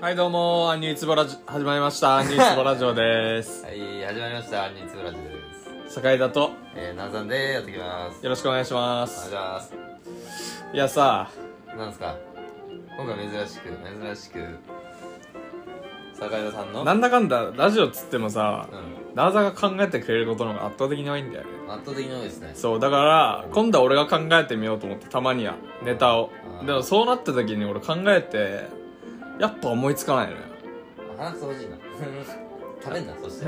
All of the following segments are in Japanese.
はいどうもアンニュイツボラジ始まりましたアンニュイツボラジオで すはい、始まりました。アンニーツブラジルです。坂井田とえー、ナンさんでやってきます。よろしくお願いしまお願いすします。いやさなんですか今回珍しく、珍しく、坂井田さんの、なんだかんだラジオっつってもさうん、ダーザが考えてくれることの方が圧倒的に多いんだよね圧倒的に多いですね。そうだから今度は俺が考えてみようと思ってたまにはネタをうんでもそうなった時に俺考えてやっぱ思いつかないのよ話してほしいな。 食べんな、そして。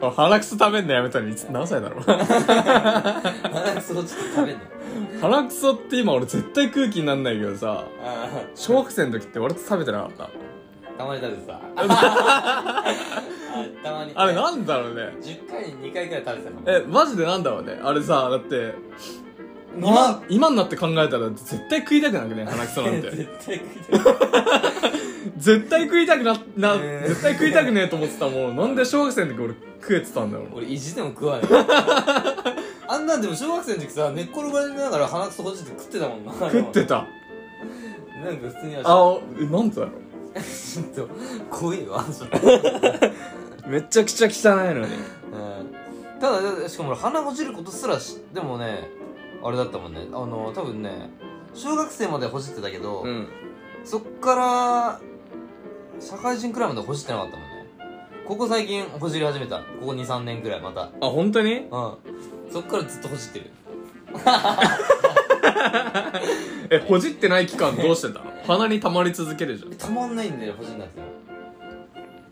俺鼻くそ食べんのやめたのいつ何歳だろう 話してほしい食べんな。鼻くそって今俺絶対空気になんないけどさあ小学生の時って俺と食べてなかったーたまに食べ てさ。たまに。あれなんだろうね ?10 回に2回くらい食べてたかも。えマジでなんだろうねあれさだってな今今になって考えたら絶対食いたくなくね鼻くそ なんて 絶対食いたい。絶対食いたくなな、えー絶対食いたくねえと思ってたもんなんで小学生の時俺食えてたんだろう俺意地でも食 わないあんなんでも小学生の時さ寝っ転がりながら鼻くそほじって食ってたもんな食ってたなんか普通にはあおえなんだろちょっと濃いわちょっとうめちゃくちゃ汚いのにうんただだしかも俺鼻ほじることすらしでもねあれだったもんねあの多分ね小学生までほじってたけど、うんそっから社会人くらいまでほじってなかったもんねここ最近ほじり始めたここ23年くらいまたあ本当にうんそっからずっとほじってるえほじってない期間どうしてたの鼻に溜まり続けるじゃんたまんないんだよ、ほじんなくても。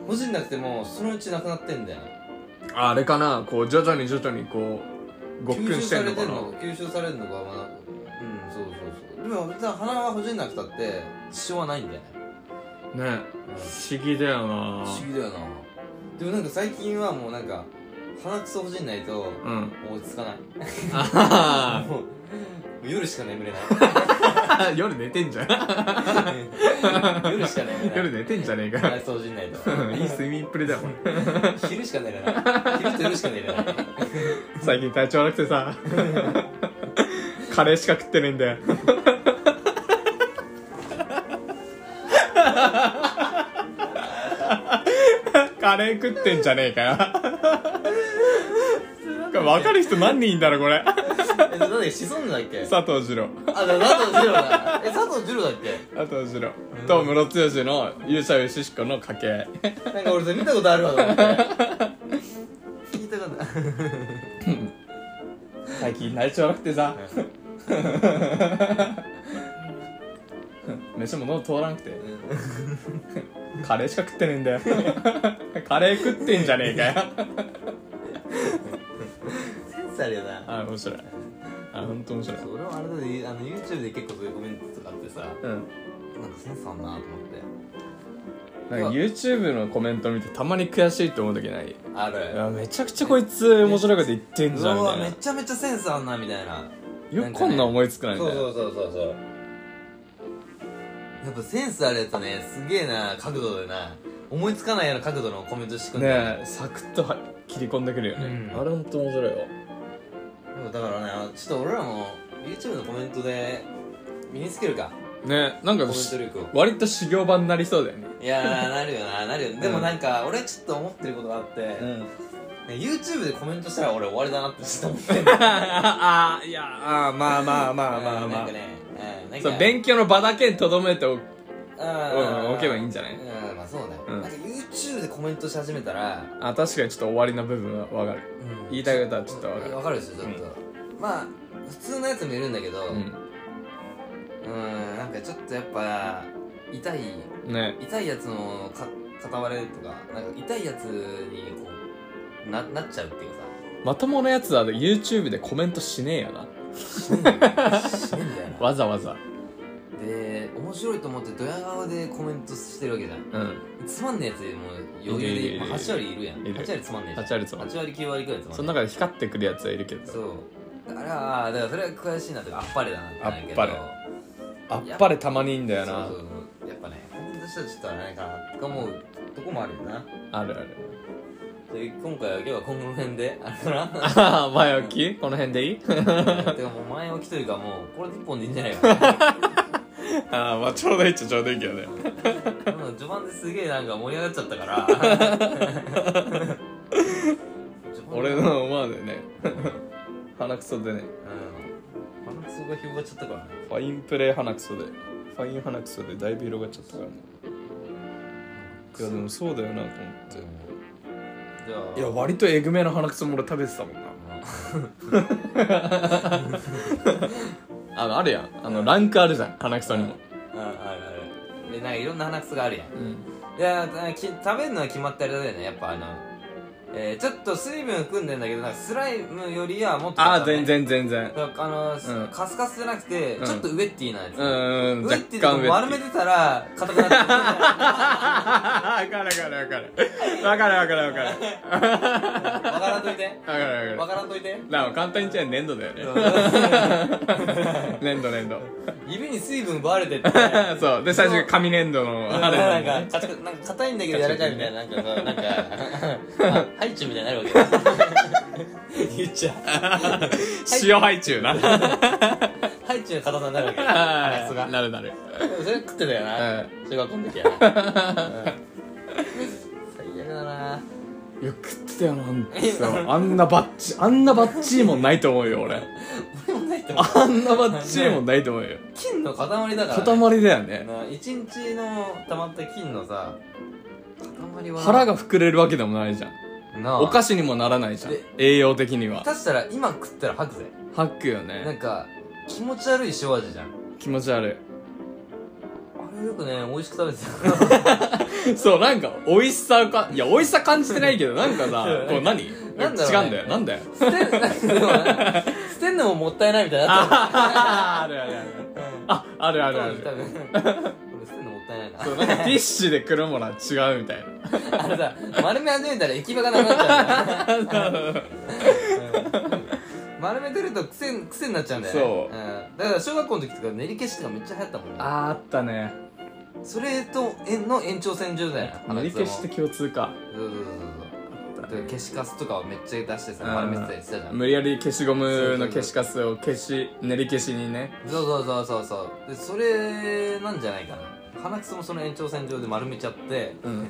ほじんなくても、そのうちなくなってんだよ。ああれかなこう徐々に徐々にこうごっくんしてんのかな吸収されるのか、吸収されるのか、まだ。うん、そうそうそう。でも別に鼻がほじんなくたって、支障はないんだよね。ね不思議だよな不思議だよな。でもなんか最近はもうなんか、鼻くそほじんないと、うん落ち着かない。あははもう、もう夜しか眠 れない。夜寝てんじゃん夜しか眠れない。夜寝てんじゃねえ鼻かくそほじんないと。いい睡眠っぷりだもん昼しか寝れない。昼と夜しか寝れない。 最近体調悪くてさカレーしか食ってねえんだよカレー食ってんじゃねえかよこれ分かる人何人いんだろこれえ、なんだっけ、潜んでたっけ佐藤二郎あ、だ佐藤二郎だ。え、佐藤二郎だっけ佐藤二郎とムロツヨシの勇者ヨシヒコの掛け合いなんか俺それ見たことあるわと思って。聞いたことある。最近体調悪くてさ飯も喉通らなくてカレーしか食ってねえんだよカレー食ってんじゃねえかよセンスあるよな。あ面白いあ本当面白いそう俺もあれだね、あの YouTube で結構そういうコメントとかあってさ、なんかうんセンスあんなと思って。なんか YouTube のコメント見てたまに悔しいって思う時ないあいる。やめちゃくちゃこいつ面白いこと言ってんうじゃんみわ、ためいちゃめちゃセンスあんなみたいな。なよくこんなん思いつくないみそたういなそうそうそうそう。やっぱセンスあるやつね、すげえな角度でな、思いつかないような角度のコメントしてくんだよねねえサクッとは切り込んでくるよね、うんあれほんと面白いよでもだからねあのちょっと俺らも YouTube のコメントで身につけるかねえなんコかメンしト力を割と修行場になりそうだよねいやーなるよななるよ、でもなんか俺ちょっと思ってることがあって、ね、 ん YouTube でコメントしたら俺終わりだなってちょっと思ってるああいやあーまあまあまあまあなまんあかねうんなんかそう勉強の場だけにとどめておくうんうん置けばいいんじゃないうんまあそうね、うんなんか YouTube でコメントし始めたら、あ確かにちょっと終わりの部分はわかる言いたいことはちょっとわかるわかるでしょちょっと、まあ普通のやつもいるんだけどううんんなんかちょっとやっぱ痛いね痛いやつのか片割れとかなんか痛いやつにこうななっちゃうっていうまともなやつは YouTube でコメントしねえよな さ死ぬんだよなわざわざで面白いと思ってドヤ顔でコメントしてるわけじゃんうんつまんねえやつもうい余るい裕るで、まあ、8割いるやんいる8割つまんねえじゃん8割つまん8割9割くらいつまんねえその中で光ってくるやつはいるけそどうだからあーだからそれは悔しいなとかあっぱれだなってなるけどあっぱれあっぱれたまにいいんだよなそうそうそうやっぱねコメントしたらちょっとあれかなとか思うとこもあるよなあるあるという今回は今日は今後の辺であのなああ前置きこの辺でいいてかもう前置きというかもうこれで一本でいいんじゃないか ああまあちょうどいいっちゃちょうどいいけどねなうん序盤ですげえなんか盛り上がっちゃったから 序盤 俺うんの思わでね 鼻くそでね鼻くそが広がっちゃったからねファインプレー鼻くそでファイン鼻くそでだいぶ広がっちゃったからねいやでもそうだよなと思ってじゃあいや割とえぐめの鼻くそも俺食べてたもんな あのあるやんあのランクあるじゃん鼻くそにもうんあるあるでなんかいろんな鼻くそがあるやんうんいやーき食べるのは決まったあれだよねやっぱあの、えー、ちょっと水分含んでんだけどなんかスライムよりはもっとああ硬い全然全然だからあの、すうんカスカスじゃなくて、うんちょっとウェッティなやつ、うーんウェ若ッティ干ウェッでテもィ丸めてたら硬くなっち ゃわかるわかるわかるわかるわかるわかるわかうわからんといてるわわかるからんといてなあ簡単に言っちゃえば粘土だよね粘土粘土 指に水分奪われてってそうで最初紙粘土のなんあ れかなんだなねんかなんか硬いんだけど柔らかいみたいななんかそうなんかあハイチュウみたいになるわけ言っちゃう塩ハイチュウなハイチュウの硬さになるわけ鼻くそ がなるなるでもそれ食ってたよな、う中学校の時はな、最悪だないや食ってたよなんてさあんなバッチあんなバッチいもんないと思うよ俺俺もないと思うあんなバッチいもんないと思うよ金の塊だから、ね、塊だよねな一日のたまった金のさ塊は腹が膨れるわけでもないじゃんなあお菓子にもならないじゃんで栄養的には下手したら今食ったら吐くぜ吐くよなねんか気持ち悪い塩味じゃん気持ち悪いあれよくね美味しく食べてたそう、なんか、美味しさをか、いや、美味しさ感じてないけど、なんか さ、こう何、なんだろうね違うんだよ、なんだ よ。捨てんなんかでもな捨てんのももったいないみたいになっあるあるある。たうんあ、あるあるあ多る。分多分俺捨てんのもったいないなそう、なんか、ティッシュで来るものは違うみた いな。あれさ丸め始めたら行き場がなくなっちゃう丸めてると癖癖になっちゃうんだよね、そうんだから小学校の時とか練り消しとかめっちゃ流行ったもんねあー、あったね。それとえの延長線上だよ塗り消しとて共通か。そうそうそうそうだから消しカスとかをめっちゃ出してさ丸めてたりしてたじゃん無理やり消しゴムの消しカスを消し、練り消しにね。そうそうそうそうそうでそれなんじゃないかな鼻くそもその延長線上で丸めちゃってうん。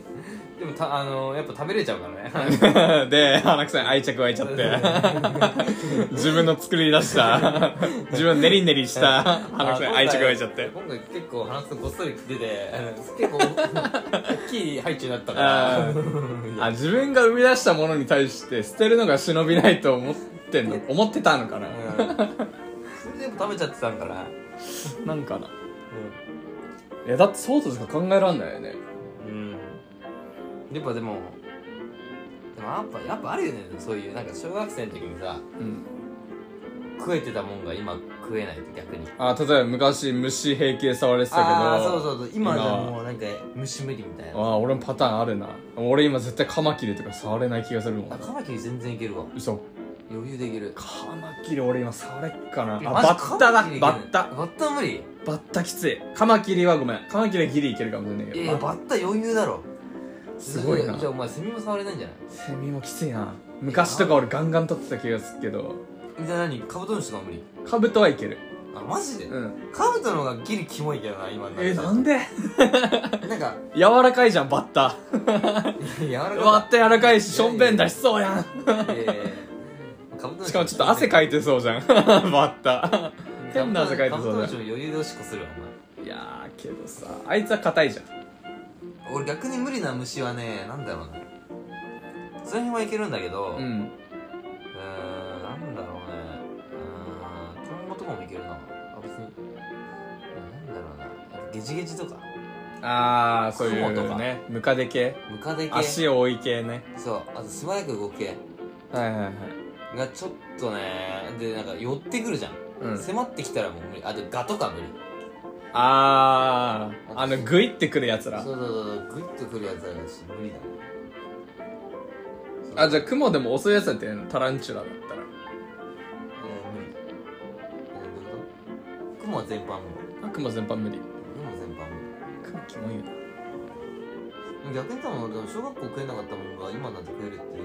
でもたあのやっぱ食べれちゃうからね で、鼻くさに愛着湧いちゃ って。自分の作り出した、自分の練り練りした鼻くさに愛着湧いちゃって。今回結構鼻くそごっそり出てあの結構大きい配置になったかあらあ自分が生み出したものに対して捨てるのが忍びないと思ってんの思ってたのかな、うんそれでも食べちゃってたんからなんかなえだってそうとしか考えらんないよねうんやっぱでもでもやっぱやっぱあるよねそういうなんか小学生の時にさうん食えてたもんが今食えないと逆にあ例えば昔虫平気で触れてたけどああそうそうそう今じ今ゃはもうなんか虫無理みたいなあー俺もパターンあるな俺今絶対カマキリとか触れない気がするもんあカマキリ全然いけるわ嘘余裕でいけるカマキリ俺今触れっかなあマジバッタだカマキリいけるバッタバッタ無理バッタきついカマキリはごめんカマキリはギリいけるかもしれないいけやいどやバッタ余裕だろすごいなじゃあお前セミも触れないんじゃないセミもきついな昔とか俺ガンガン取ってた気がするけどみたいな何カブトムシとか無理カブトはいけるあマジで、うんカブトの方がギリキモいけどな今のえなんでなんか 柔らかいじゃんバッタ柔らかいバッタ柔らかいししょんべん出しそうやんえー カブトムシしかもちょっと汗かいてそうじ ゃんバッタ変な汗かいてそうだよカブトムシも余裕でおしっこするわいやーけどさあいつは硬いじゃんお前俺逆に無理な虫はねなんだろうなその辺はいけるんだけどうーんんなんだろうねうーんトンボとかもいけるなあ別にうんなんだろうなあとゲジゲジとかあーそうい雲とうかねムカデ系ムカデ系足を追い系ねそうあと素早く動く系はいはいはいがちょっとねでなんか寄ってくるじゃん、うん迫ってきたらもう無理あとガとか無理あーあのグイってくるやつらそうそうそうグイッとくるやつだからし無理だねあじゃあ雲でも襲うやつだってタランチュラだったらえー無理えーどういうこと雲は全般無理あ雲全般無理雲は全般無雲キモいよ理逆に多分でも小学校食えなかったものが今なんて食えるっていう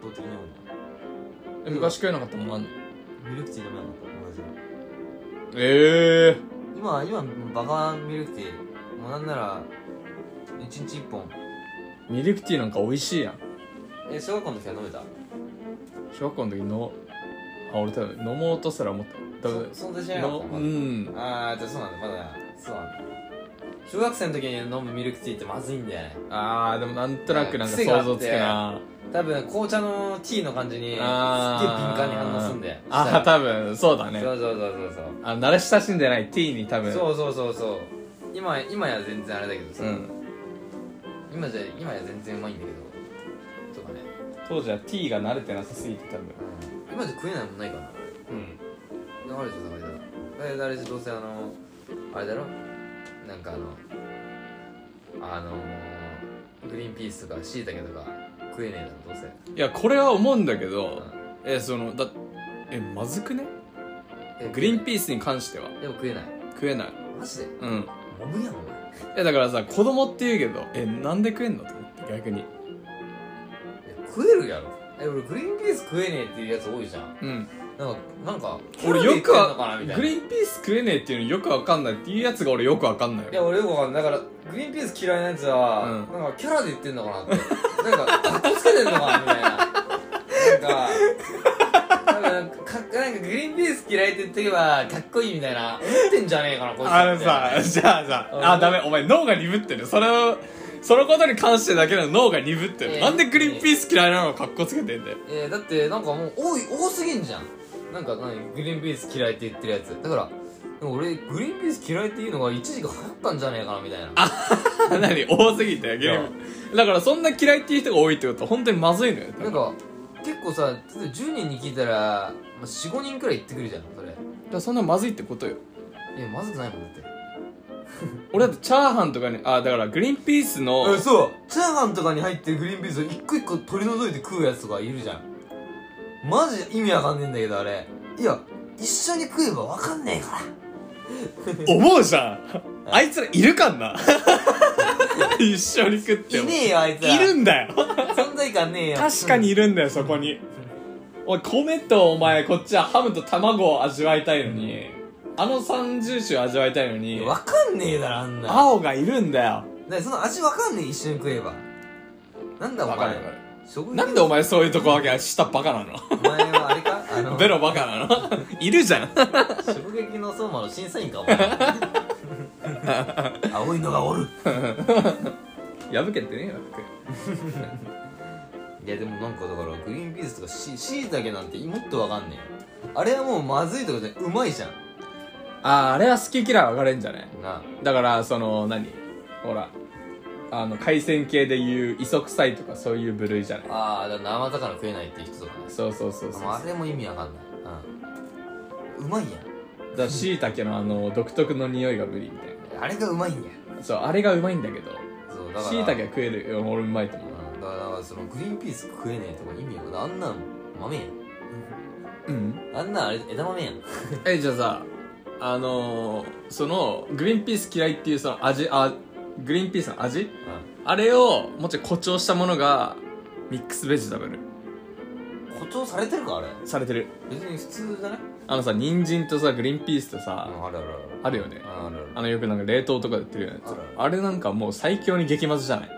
倒的に多いなえ昔食えなかったもんあんのミルクティー飲めなかった同じええ今今バカミルクティーもうなんなら一日一本ミルクティーなんか美味しいやんえ小学校の時は飲めた小学校の時のあ俺多分飲もうとすら思っただかそ存在しらなかったのうんああじゃあそうなんだまだそうなんだ小学生の時に飲むミルクティーってまずいんだよねあーでもなんとなくなんか癖があ想って像つくな多分紅茶のティーの感じにすっげえ敏あー感に反応すんだよあー多分そうだ分ねそうそうそうそうあの慣れ親しんでないティーに多分そうそうそうそうそう今今や全然あれだけどさ、うん今じゃ今や全然うまいんだけどとかね、当時はティーが慣れてなさすぎて多分今じゃ食えないもんないかなうん流れちゃったあれだあれどうせあのあれだろなんかあのあのー、グリーンピースとかしいたけとか食えねえだろどうせいやこれは思うんだけどえそのだえまずくねえグリーンーピースに関してはスでも食えない食えないマジでうんモブやんお前えだからさ子供って言うけどえなんで食えんのと思って逆にえ食えるやろえ俺グリーンピース食えねえっていうやつ多いじゃんうんなんかなんか俺よくははみたいグなリーンピース食えねえっていうのよくわかんないっていうやつが俺よくわかんないよいや俺よくわかんないだからグリーンピース嫌いなやつは、うなんかキャラで言ってんのか なってなんかかっこつけてんのかなみたいななんかなんかかなんかグリーンピース嫌いって言ってけばかっこいいみたいな思ってんじゃねえかなこい つあのさみたいなじゃあさうんあダメお前脳が鈍ってるそれをそのことに関してだけの脳が鈍ってえるえなんでグリーンピース嫌いなのかっこつけてんだよえーだってなんかもう多い多すぎんじゃんなんか何グリーンピース嫌いって言ってるやつだからでも俺グリーンピース嫌いっていうのが一時期流行ったんじゃねえかなみたいなあ何多すぎてゲームだからそんな嫌いっていう人が多いってことは本当にまずいのよ多な分んか結構さ例えば10人に聞いたら、まあ、45人くらい言ってくるじゃんそれだからそんなまずいってことよいやまずくないもんだって俺だってチャーハンとかにあだからグリーンピースのえそうチャーハンとかに入ってるグリーンピースを一個一個取り除いて食うやつとかいるじゃんマジ意味わかんねえんだけどあれいや一緒に食えばわかんねえか思うじゃんあいつらいるかん な一緒に食ってらいもねえよあいつらいるんだよ存在感ねえよ確かにいるんだよそこにおい米とお前こっちはハムと卵を味わいたいのにあの三重種を味わいたいのにわかんねえだろあんな青がいるんだよだその味わかんねえ一緒に食えばなんだおわ前かるわかる食なんでお前そういうとこわけ下バカなお前はあれかあのの ベロバカなのいるじゃん食撃の相馬の審査員かお 前青いのがおる破けてねえよいやでもなんかだからグリーンピースとかししいたけなんてもっとわかんねえよあれはもうまずいとかじゃないうまいじゃんあーあれは好き嫌い分かれんじゃないなだからその何ほらあの海鮮系でいう磯臭いとかそういう部類じゃないああだから生魚食えないって人とかねそうそうそうそうもうあれも意味わかんないうんうまいやだからしいたけのあの独特の匂いが無理みたいんあれがうまいんやなそうあれがうまいんだけどそうだからしいたけは食えるよ俺うまいと思ううんだからだからそのグリーンピース食えねえとか意味わかんないあんなん豆やんうんあんなんあれ枝豆やんえじゃあさあのー、そのグリーンピース嫌いっていうその味あグリーンピースの味あれをもうちょい誇張したものがミックスベジタブル誇張されてるかあれされてる別に普通じゃないあのさ人参とさグリーンピースとさ、あるあるあるあるよねあるあるあのよくなんか冷凍とかで売ってるよねあるあるあれなんかもう最強に激まずじゃない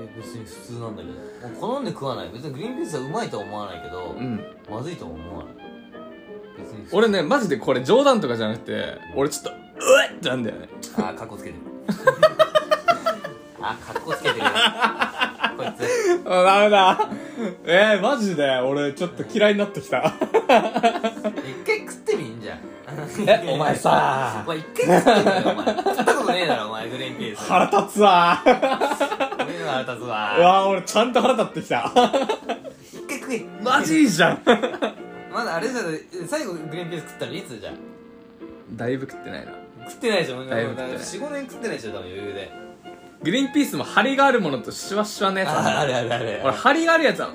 え別に普通なんだけどもう好んで食わない別にグリーンピースはうまいとは思わないけど、うんまずいとは思わない別に普通俺ねマジでこれ冗談とかじゃなくて俺ちょっとうえってなんだよねあーかっこつけてる あーかっこつけてるよこいつあダメだえー、マジで俺ちょっと嫌いになってきた一回食ってみんじゃんえお前おさ前一回食ってみろよお前食ったことねえだろお前グリーンピース腹立つわ俺の腹立つうわわ俺ちゃんと腹立ってきた一回食えマジじゃんまだあれじゃない最後グリーンピース食ったのいつじゃんだいぶ食ってないな食ってないでしょもうだいぶ食ってない45年食ってないでしょ多分余裕でグリーンピースも張りがあるものとシワシワのやつあああるれあれあれ俺張りがあるやつは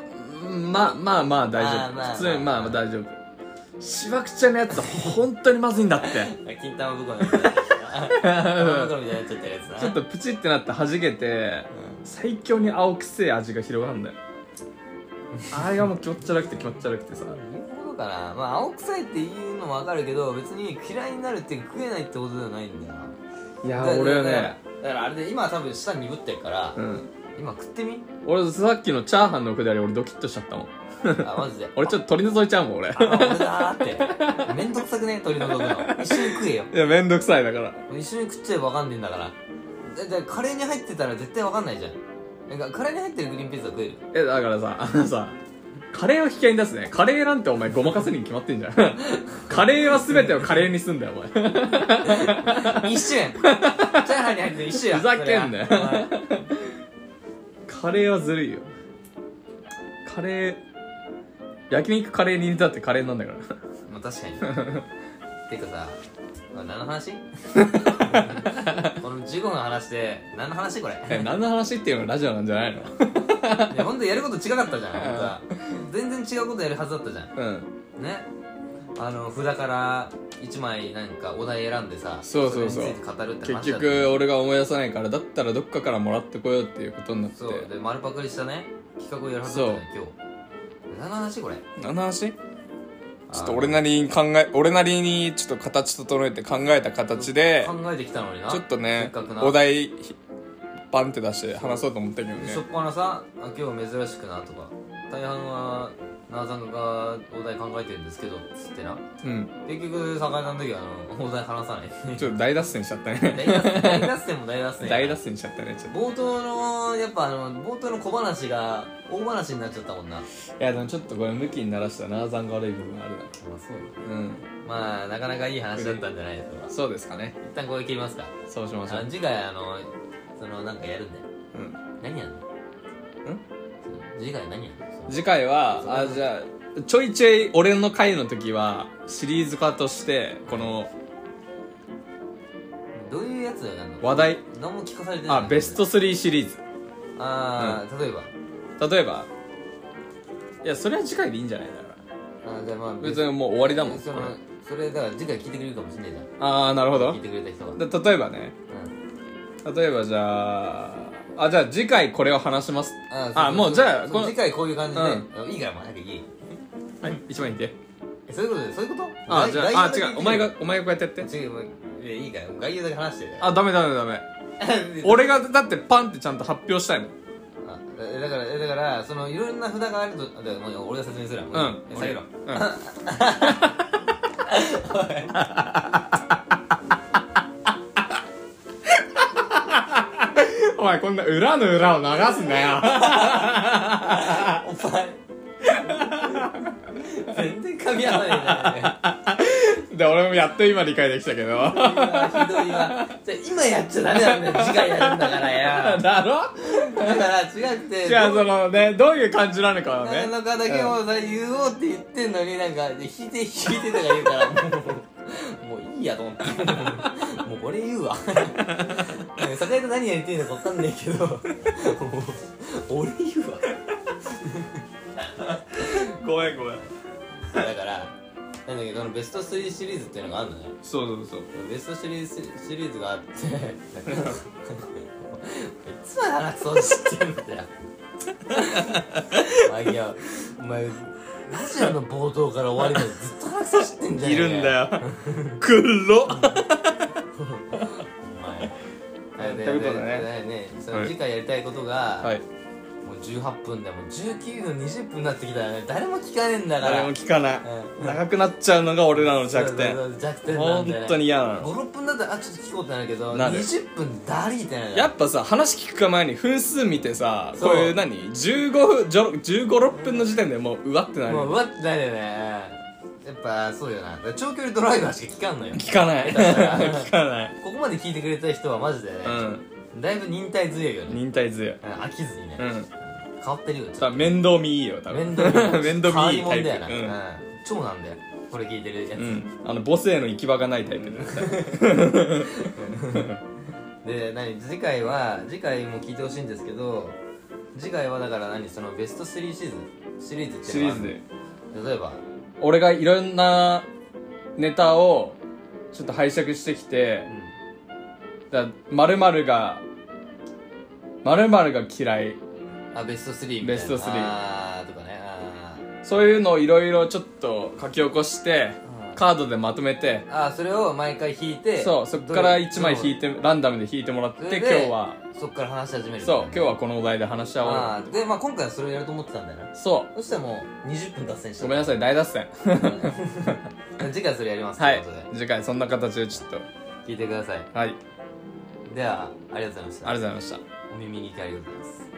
うんまあまあまあ大丈あー夫まあまあ普通にまあまあ大丈夫しわくちゃのやつは本当にまずいんだって金玉袋みたいなやつ金玉袋みたいになっちゃったやつなちょっとプチってなって弾けて最強に青くせえ味が広がるんだよあれがもう気持ち悪くて気持ち悪くてさ言うことかなまあ青臭いっていうのもわかるけど別に嫌いになるっていうか食えないってことじゃないんだよいやなーだ俺はだかねらだからあれで今多分舌鈍ってるから、うん今食ってみ俺さっきのチャーハンのくだり俺ドキッとしちゃったもんあマジで俺ちょっと取り除いちゃうもん俺 いあ俺だーってめんどくさくね取り除くの一緒に食えよやめんどくさいだから一緒に食っちゃえばわかんねえんだからだだカレーに入ってたら絶対わかんないじゃんなんかカレーに入ってるグリーンピースは食える えだからさあのさカレーを引き合いに出すねカレーなんてお前ごまかせるに決まってんじ ゃんカレーは全てをカレーにすんだよお前一緒やんチャーハンに入ってる一緒やふざけんなよそれはお前カレーはずるいよカレー焼肉カレーに似たってカレーなんだからまあ確かにてかさこれ何 の話この15分話して何の話これ え何の話っていうのがラジオなんじゃないのいや本当やること違かったじゃん本当は全然違うことやるはずだったじゃんうんねあの札から1枚なんかお題選んでさそうそうそうれについて語るって話だっ結た局俺が思い出さないからだったらどっかからもらってこようっていうことになってそうで丸パクリしたね企画をやるはずだったね今日何の話これ何の話ちょっと俺のなりに考え俺なりにちょっと形整えて考えた形で考えてきたのになちょっとせっねかくなお題ひバンって出して話そうと思ったけどねしょっぱなさ「あ今日珍しくな」とか大半はなあさんがお題考えてるんですけどっつってなうん結局酒井さんの時はあのお題話さない ちょっと大脱線しちゃったね大脱線大脱線も大脱線大脱線しちゃったねちょっ冒頭のやっぱあの冒頭の小話が大話になっちゃったもんなまあといやでもちょっとこれ向きにならしたな残が悪い部分あるそうなうんまあなかなかいい話だったんじゃないですかそうですかね一旦これ切りますかそうしましょあう次回あのそのなんかやるんだようん何やるのんその次回何やるの次回はあじゃあちょいちょい俺の回の時はシリーズ化としてこのどういうやつやるの話題何も聞かされてないあベスト3シリーズああ、例えば例えばいやそれは次回でいいんじゃないだからあーじゃあまあ別にもう終わりだもんそのそれだから次回聞いてくれるかもしれないじゃんああなるほど聞いてくれた人がうんで例えばね例えばじゃああじゃあ次回これを話しますああもうじゃあここのの次回こういう感じで、いいからもう早く言えはい一枚いってえそういうことでそういうことあ来じゃああ来違週うお前がだお前がこうやってやってけ違うもういやいいから概要だけ話して あダメダメダメ俺がだってパンってちゃんと発表したいもんあだだからだからそのいろんな札があるとあだからもう俺が説明するうわんえ下げろうんお前こんな裏の裏を流すなよお前全然噛み合わないじゃないで俺もやっと今理解できたけどうわひどいわじゃあ今やっちゃダメなんだよ次回やるんだからだよろだから違くてじゃあそのねどういう感じなのかはね何のかだけもさ言おうって言ってんのになんかで引いて引いてとか言うからもうもういいやと思ってもう俺言うわ酒井と何やりてんのか分かんないけどもう俺言うわごめんごめんだからなんだけどこのベスト3シリーズっていうのがあるのねそうそうそうベストシリーズシリーズがあっていつまで鼻くそを知ってんだよお前いやお前ラジオの冒頭から終わりまでずっと鼻くそ知ってんじゃんいるんだよ黒っお前はいということでねねねその次回やりたいことが、はいもう18分でもう19分20分になってきたらね誰も聞かねえんだから誰も聞かないうん長くなっちゃうのが俺らの弱点そうそうそう弱点なん本だよね当に嫌なの56分だったらあちょっと聞こうってなるけどなる20分ダリーってな るやっぱさ話聞くか前に分数見てさそうこういう何15分じょ15、6分の時点でもううわってなるもううわってないよねやっぱそうよなだから長距離ドライバーしか聞かんのよ聞かない 聞かないここまで聞いてくれた人はマジでね、だいぶ忍耐強いようんね忍耐強いうん飽きずにね、うん変わってるよちょさっ面倒見いいよと多面分倒 見面倒見いいタ変わり者だよイな、プうん超なんだよこれ聞いてるやつ、うんうんあの母性の行き場がないタイプですで何次回は次回も聞いてほしいんですけど次回はだから何そのベスト3シリーズシリーズってシいうリーのはズで例えば俺がいろんなネタをちょっと拝借してきてだ〇〇が〇〇が嫌いあベスト3みたいなベスト3あーとかねあそういうのをいろいろちょっと書き起こしてうんカードでまとめてああそれを毎回引いてそうそっから1枚引いててランダムで引いてもらって今日はそっから話し始めるそう今日はこのお題で話し合おうよああでまあ今回はそれをやると思ってたんだよなそそしたらもう20分脱線しうたごめんなさい大脱線次回それやりますはいということ次回そんな形でちょっとで聞いてくださいはいありではありがとうございましたがとうございましたお耳に行きありがとうございます